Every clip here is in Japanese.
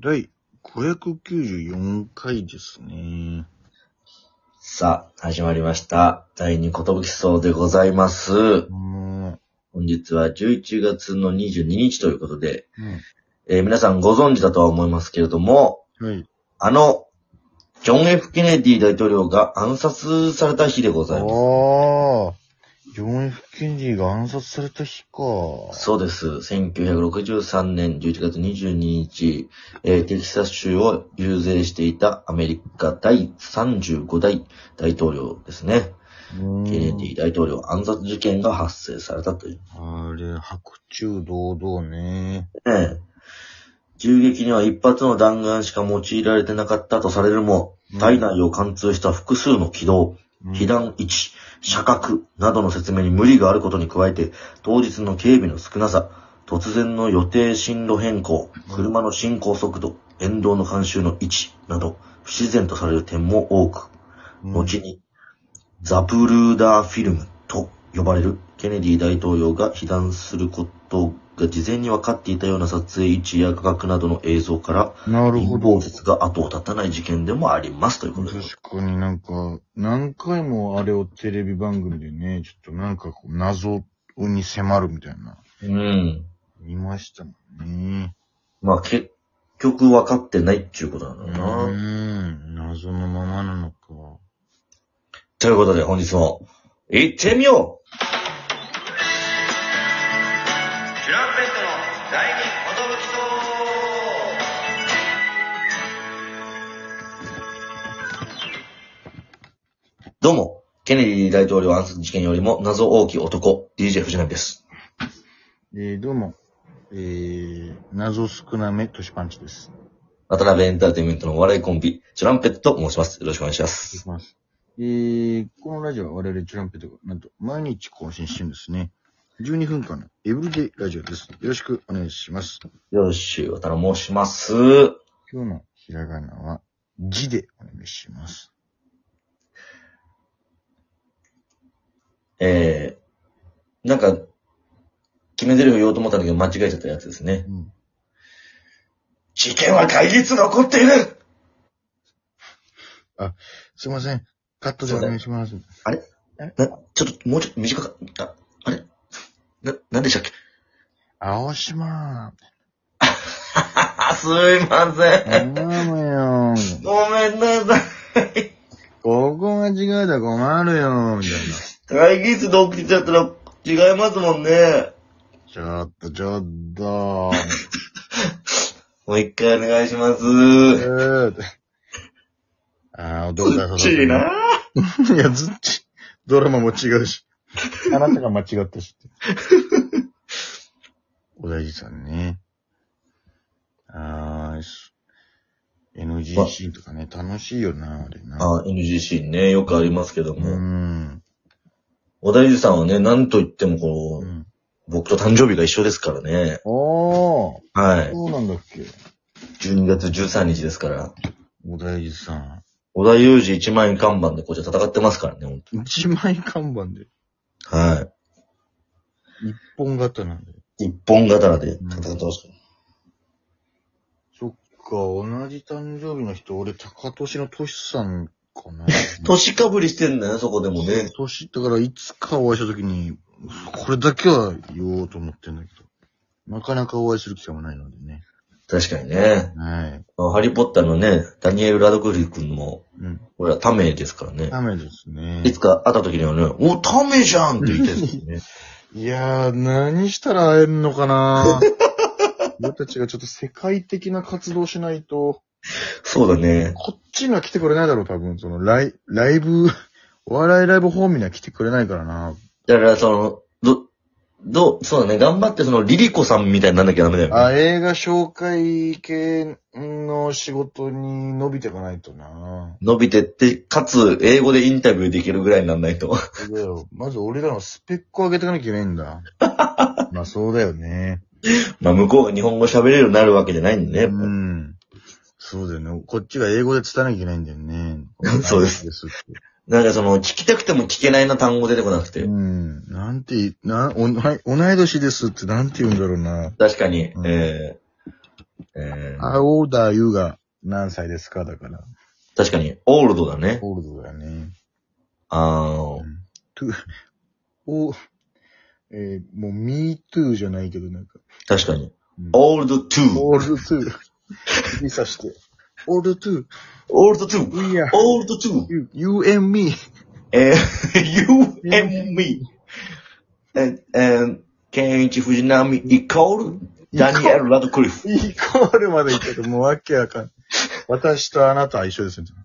第594回ですね。さあ、始まりました。第2ことぶきそうでございます。も本日は11月の22日ということで、う、えー皆さんご存知だとは思いますけれども、うん。はい。あの、ジョン・ F ・ケネディ大統領が暗殺された日でございあまあ、ジョン・ F ・ケンディが暗殺された日か。す。そうです。1963年11月22日、えーテキサス州を遊説していたアメリカ第35代大統領ですね。うんケネディ大統領暗殺事件が発生されたという。あれ、白昼堂々ね。ねえ銃撃には一発の弾丸しか用いられてなかったとされるもうん、体内を貫通した複数の軌道、被弾位置、射角などの説明に無理があることに加えて、当日の警備の少なさ、突然の予定進路変更、車の進行速度、沿道の監修の位置など、不自然とされる点も多く、うん後に、ザプルーダーフィルムと呼ばれるケネディ大統領が被弾することが事前に分かっていたような撮影位置や価格などの映像から、なる陰ほ謀ど。説が後を絶たない事件でもありますということで。確かになんか、何回もあれをテレビ番組でね、ちょっとなんかこう、謎に迫るみたいな。うん。見ましたもんね。まあ結局分かってないっていうことなんうだろうな。ん、謎のままなのか。ということで本日も、行ってみようチュランペットの第二どうも、ケネディ大統領暗殺事件よりも謎大きい男、DJ 藤波です。えー、どうも。えー、謎少なめ、トシパンチです。渡辺エンターテインメントのお笑いコンビ、チュランペットと申します。よろしくお願いしま失礼す。します。えー、このラジオは我々チュランペットが、なんと毎日更新してるんですね。12分間のエブリデイラジオです。よろしくお願いします。よろしゅう、渡辺申します。今日のひらがなは、字でお願いします。えー、なんか、決め台詞言おうと思ったんだけど間違えちゃったやつですねう。ん。事件は会議室で起こっているすいません。カットでお願いします。な、ちょっと、もうちょっと短かった。あ、あれな、なんでしたっけ青島。すいません。頼むよ。ごめんなさい。ここが違うだ困るよ。みたいな。会議室で起きちゃったら違いますもんね。ちょっと、ちょっと。もう一回お願いしまえす。ー、 あー、どうだずっちいな。 いや、ずっち、ドラマも違うし。あなたが間違ったし って。お大事さんね。あーす NG シーンとかね、楽しいよな、あれな。あ、NGC ね、よくありますけどうも。ん。小田裕二さんはね、なんと言ってもこうう、ん。僕と誕生日が一緒ですからね。おー、はい。そうなんだっけ。 12月13日ですから、お大事さん。小田裕二1万円看板でこっちは戦ってますからね、本一枚看板で、当は一本型なんだよ。い。一本刀で戦ってますから。そっか、同じ誕生日の人、俺、高年のトシさんかな。年かぶりしてんだよね、そこでもね。年、だからいつかお会いしたときに、これだけは言おうと思ってんだけど、なかなかお会いする機会もないのでね。確かにね。はい。ハリーポッターのね、ダニエル・ラドクリフ君も、うん。俺はタメですからね。ダメですねい。つか会った時にはね、お、タメじゃんって言いたいですよね。いやー、何したら会えるのかな俺たちがちょっと世界的な活動しないと、 そうだね。こっちには来てくれないだろう、多分。その、ライ、ライブ、お笑いライブ方面には来てくれないからな。だから、その、ど、ど、そうだね、頑張ってその、リリコさんみたいになんなきゃダメだよね。あ、映画紹介系の仕事に伸びていかないとな。伸びてって、かつ、英語でインタビューできるぐらいになんないと。 そうだよ。まず俺らのスペックを上げていかなきゃいけないん だ。まあそうだよね。まあ、向こうが日本語喋れるようになるわけじゃないんでうね。。ん。そうだよね。こっちが英語で伝えなきゃいけないんだよね そうですですっなんかその、聞きたくても聞けないな単語出てこなくて。てう。ん。なんてい、な、おな同い年ですってなんて言うんだろうな。確かに、うんえー、えん。 I older you が何歳ですかだから。確かに、オールドだね。オールドだよね。あー、 to, お、えーもう me too じゃないけどなんか。確かに。うんオールドトゥオールド too。指さして。オールド too. オールドトゥ We are オールドトゥ you, you and me. えー、you and me. And, and, ケンイチ藤波イコール、ダニエル・ラドクリフ。イコールまで言ったけど、もうわけわかんない。私とあなたは一緒ですみたい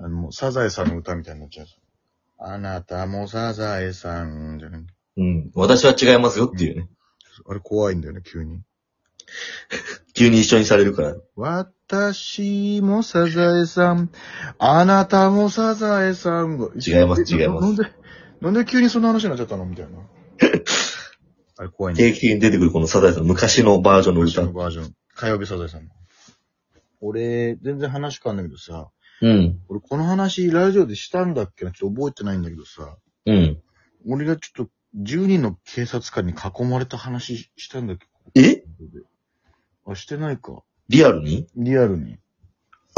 な。あの、もうサザエさんの歌みたいになっちゃう。あなたもサザエさんじゃない。うん。私は違いますよっていうね。あれ怖いんだよね、急に。急に一緒にされるから。私もサザエさん、あなたもサザエさんが。違います違いますなんで、なんで急にそんな話になっちゃったのみ たいな。あれ怖いんだよ定期的に出てくるこのサザエさん、昔のバージョンの昔歌の。バージョン。火曜日サザエさんの。俺、全然話変わんないけどさ、うん。俺この話ラジオでしたんだっけなちょっと覚えてないんだけどさ、うん。俺がちょっと10人の警察官に囲まれた話したんだっけえあ、してないか。リアルにリアルに。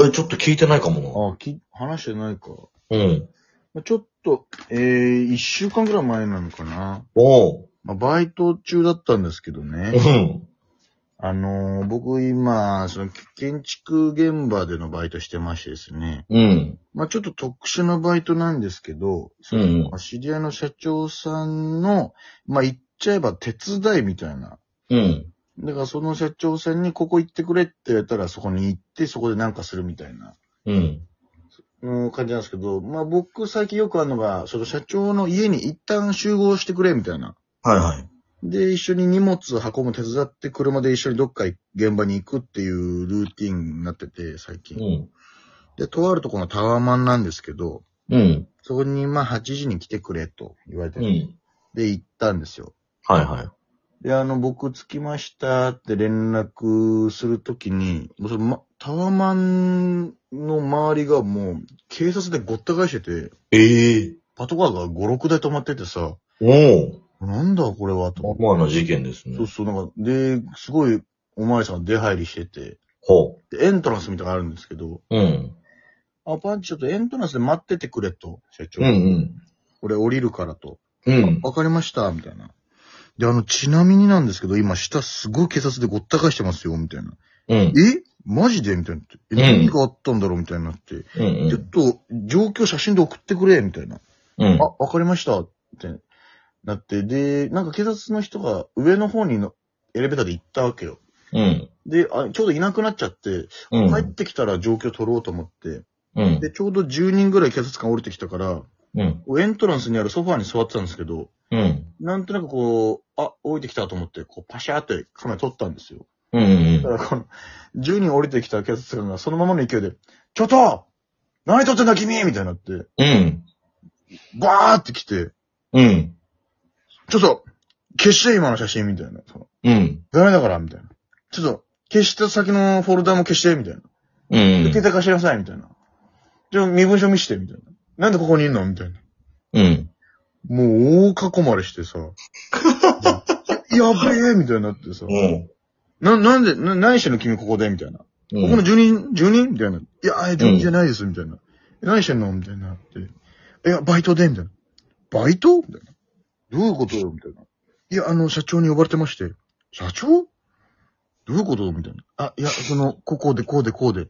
え、ちょっと聞いてないかもあ、き、話してないか。な。うん。まあちょっと、えー、1週間ぐらい前なのかな。おう。まあ、バイト中だったんですけど うね。ん。あのー僕今、その、建築現場でのバイトしてましてですね。うん。まあちょっと特殊なバイトなんですけど、うんうんまあ知り合いの社長さんの、まあ言っちゃえば手伝いみたいな。うん。だからその社長さんにここ行ってくれって言われたらそこに行ってそこでなんかするみたいなうん。うん感じなんですけど、まあ僕最近よくあるのが、その社長の家に一旦集合してくれみたいな。はいはい。で、一緒に荷物運ぶ手伝って車で一緒にどっか現場に行くっていうルーティンになってて最近。うん。で、とあるところのタワマンなんですけど、うん。そこに、まあ、8時に来てくれと言われて、うん。で、行ったんですよ。はいはい。で、あの、僕着きましたって連絡するときに、もうその、ま、タワマンの周りがもう、警察でごった返してて、ええパトカーが5、6台止まっててさ、おう。なんだこれはと思って。まあまあな事件ですね。そうそう、なんか、で、すごい、おまわりさんが出入りしてて、ほで、エントランスみたいなのがあるんですけど、う。うん。あ、パンチちょっとエントランスで待っててくれと、社長。うんうん。俺降りるからと。うん。わかりました、みたいな。で、あの、ちなみになんですけど、今、下すごい警察でごった返してますよ、みたいな。うん。えマジでみたいになって。え、うん何があったんだろうみたいになって。うん。うちょっん。と、状況写真で送ってくれ、みたいな。うんあ、。わかりました、ってなって。で、なんか警察の人が上の方にのエレベーターで行ったわけよ。うん。であ、ちょうどいなくなっちゃって、うん。帰ってきたら状況取ろうと思って。うん。で、ちょうど10人ぐらい警察官降りてきたから、うん。エントランスにあるソファーに座ってたんですけど、うん。なんとなくこう、あ、降りてきたと思って、こう、パシャーってカメラ撮ったんですよ。うん。うんだ。からこの、10人降りてきた警察官がそのままの勢いで、ちょっと何撮ってんだ君みたいになって、うん。バーって来て、うん。ちょっと、消して今の写真みたいな。そのうん。ダメだからみたいな。ちょっと、消した先のフォルダも消してみたいな。うん。携帯貸しなさいみたいな。じゃあ身分証見してみたいな。なんでここにいんのみたいな。うん。もう大囲まれして さ。やべえみたいになってさ。うん。な、なんで、な、何してんの君ここでみたいな。うここのん。住人、住人みたいな。いや、え住人じゃないです、みたいな。え何してんのみたいになって。いや、バイトで、みたいな。バイトみたいな。どういうことよみたいな。いや、あの、社長に呼ばれてまして。社長どういうことみたいな。あ、いや、その、ここで、こうで、こうで。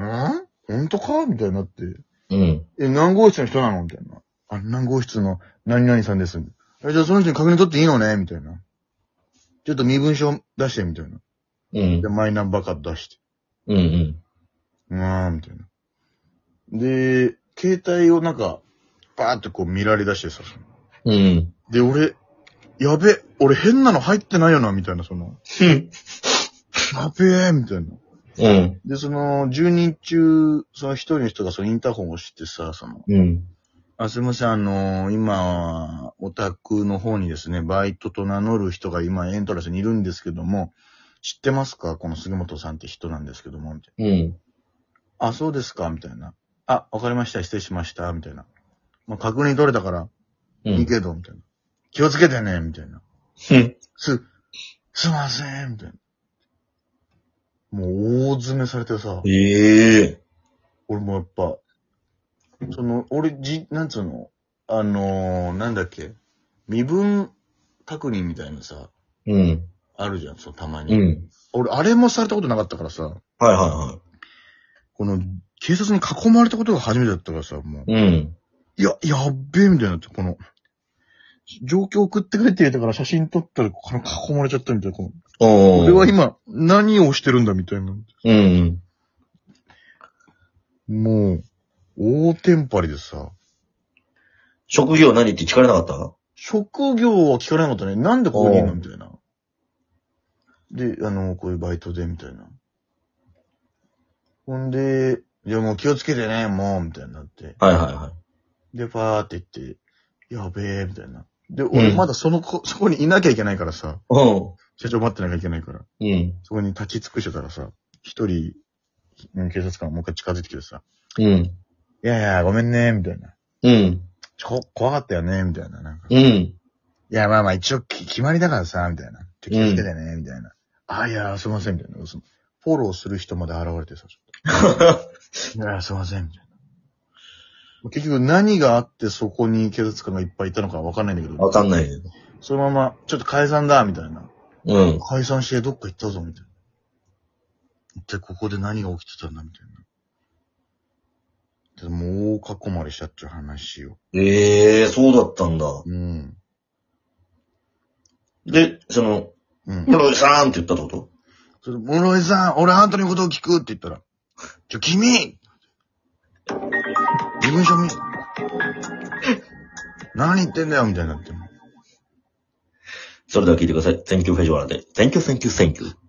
ん本当かみたいになって。うん。え、何号室の人なのみたいな。あ、何号室の何々さんです。え、じゃあその人に確認取っていいのねみたいな。ちょっと身分証出して、みたいな。うんで、。マイナンバーカード出して。うん。うわーみたいな。で、携帯をなんか、バーってこう見られ出してさ。うん。で、俺、やべ、俺変なの入ってないよな、みたいな、その、やべえ、みたいな。うん。で、その、10人中、その一人の人がそのインターホンを押してさ、その、うん。あ、すいません、あの今、オタクの方にですね、バイトと名乗る人が今エントランスにいるんですけども、知ってますかこの杉本さんって人なんですけども、みたいなうん。あ、そうですかみたいな。あ、わかりました。失礼しました。みたいな。まあ、確認取れたから、ういいん。けど、みたいな。気をつけてね、みたいな。うん。す、すいません、みたいな。もう大詰めされてさ、ええ俺もやっぱ、その、俺、じ、なんつうの、あのー、なんだっけ、身分確認みたいなさ、うん。あるじゃん、そう、たまに。うん。俺、あれもされたことなかったからさ、はいはこの、警察に囲まれたことが初めてだったからさ、もう、いはい。うん。いや、やっべえ、みたいになって、この、状況送ってくれって言ったから写真撮ったら、この囲まれちゃったみたいな、このおー俺は今、何をしてるんだみたいな。うん。もう、大テンパりでさ、職業何って聞かれなかった職業は聞かれなかったね。なんでここにいるのみたいな。で、あの、こういうバイトで、みたいな。ほんで、じゃあもう気をつけてね、もう、みたいになって。はいはいはで、パーって言って、やべえ、みたいな。で、う俺んまだその子、そこにいなきゃいけないからさ、い。社長待ってなきゃいけないから、うん。うん。そこに立ち尽くしてたらさ、一人、うん警察官がもう一回近づいてきてさ、うん。いやいや、ごめんね、みたいな。うん。ちょ、怖かったよね、みたいな。なんかうん。 いや、まあまあ、一応き、決まりだからさ、みたいな。ちょ、気をつけてね、みたいな。あ、いや、すいません、みたいな。そのフォローする人まで現れてさ、いや、すいません、みたいな。結局、何があってそこに警察官がいっぱいいたのかわかんないんだけわど、かんないよ。そのまま、ちょっと解散だ、みたいな。うん。解散してどっか行ったぞ、みたいな。一体ここで何が起きてたんだ、みたいな。でもう、大囲まれしたっていう話を。ええそうだったんだ。うん。で、その、うん。室井さんって言ったってことそれ、室井さん、俺あんたのことを聞くって言ったら、ちょ、君事務所見、何言ってんだよみたいになって。それでは聞いてください。Thank you, フェジョアラで。Thank you, thank you, thank you.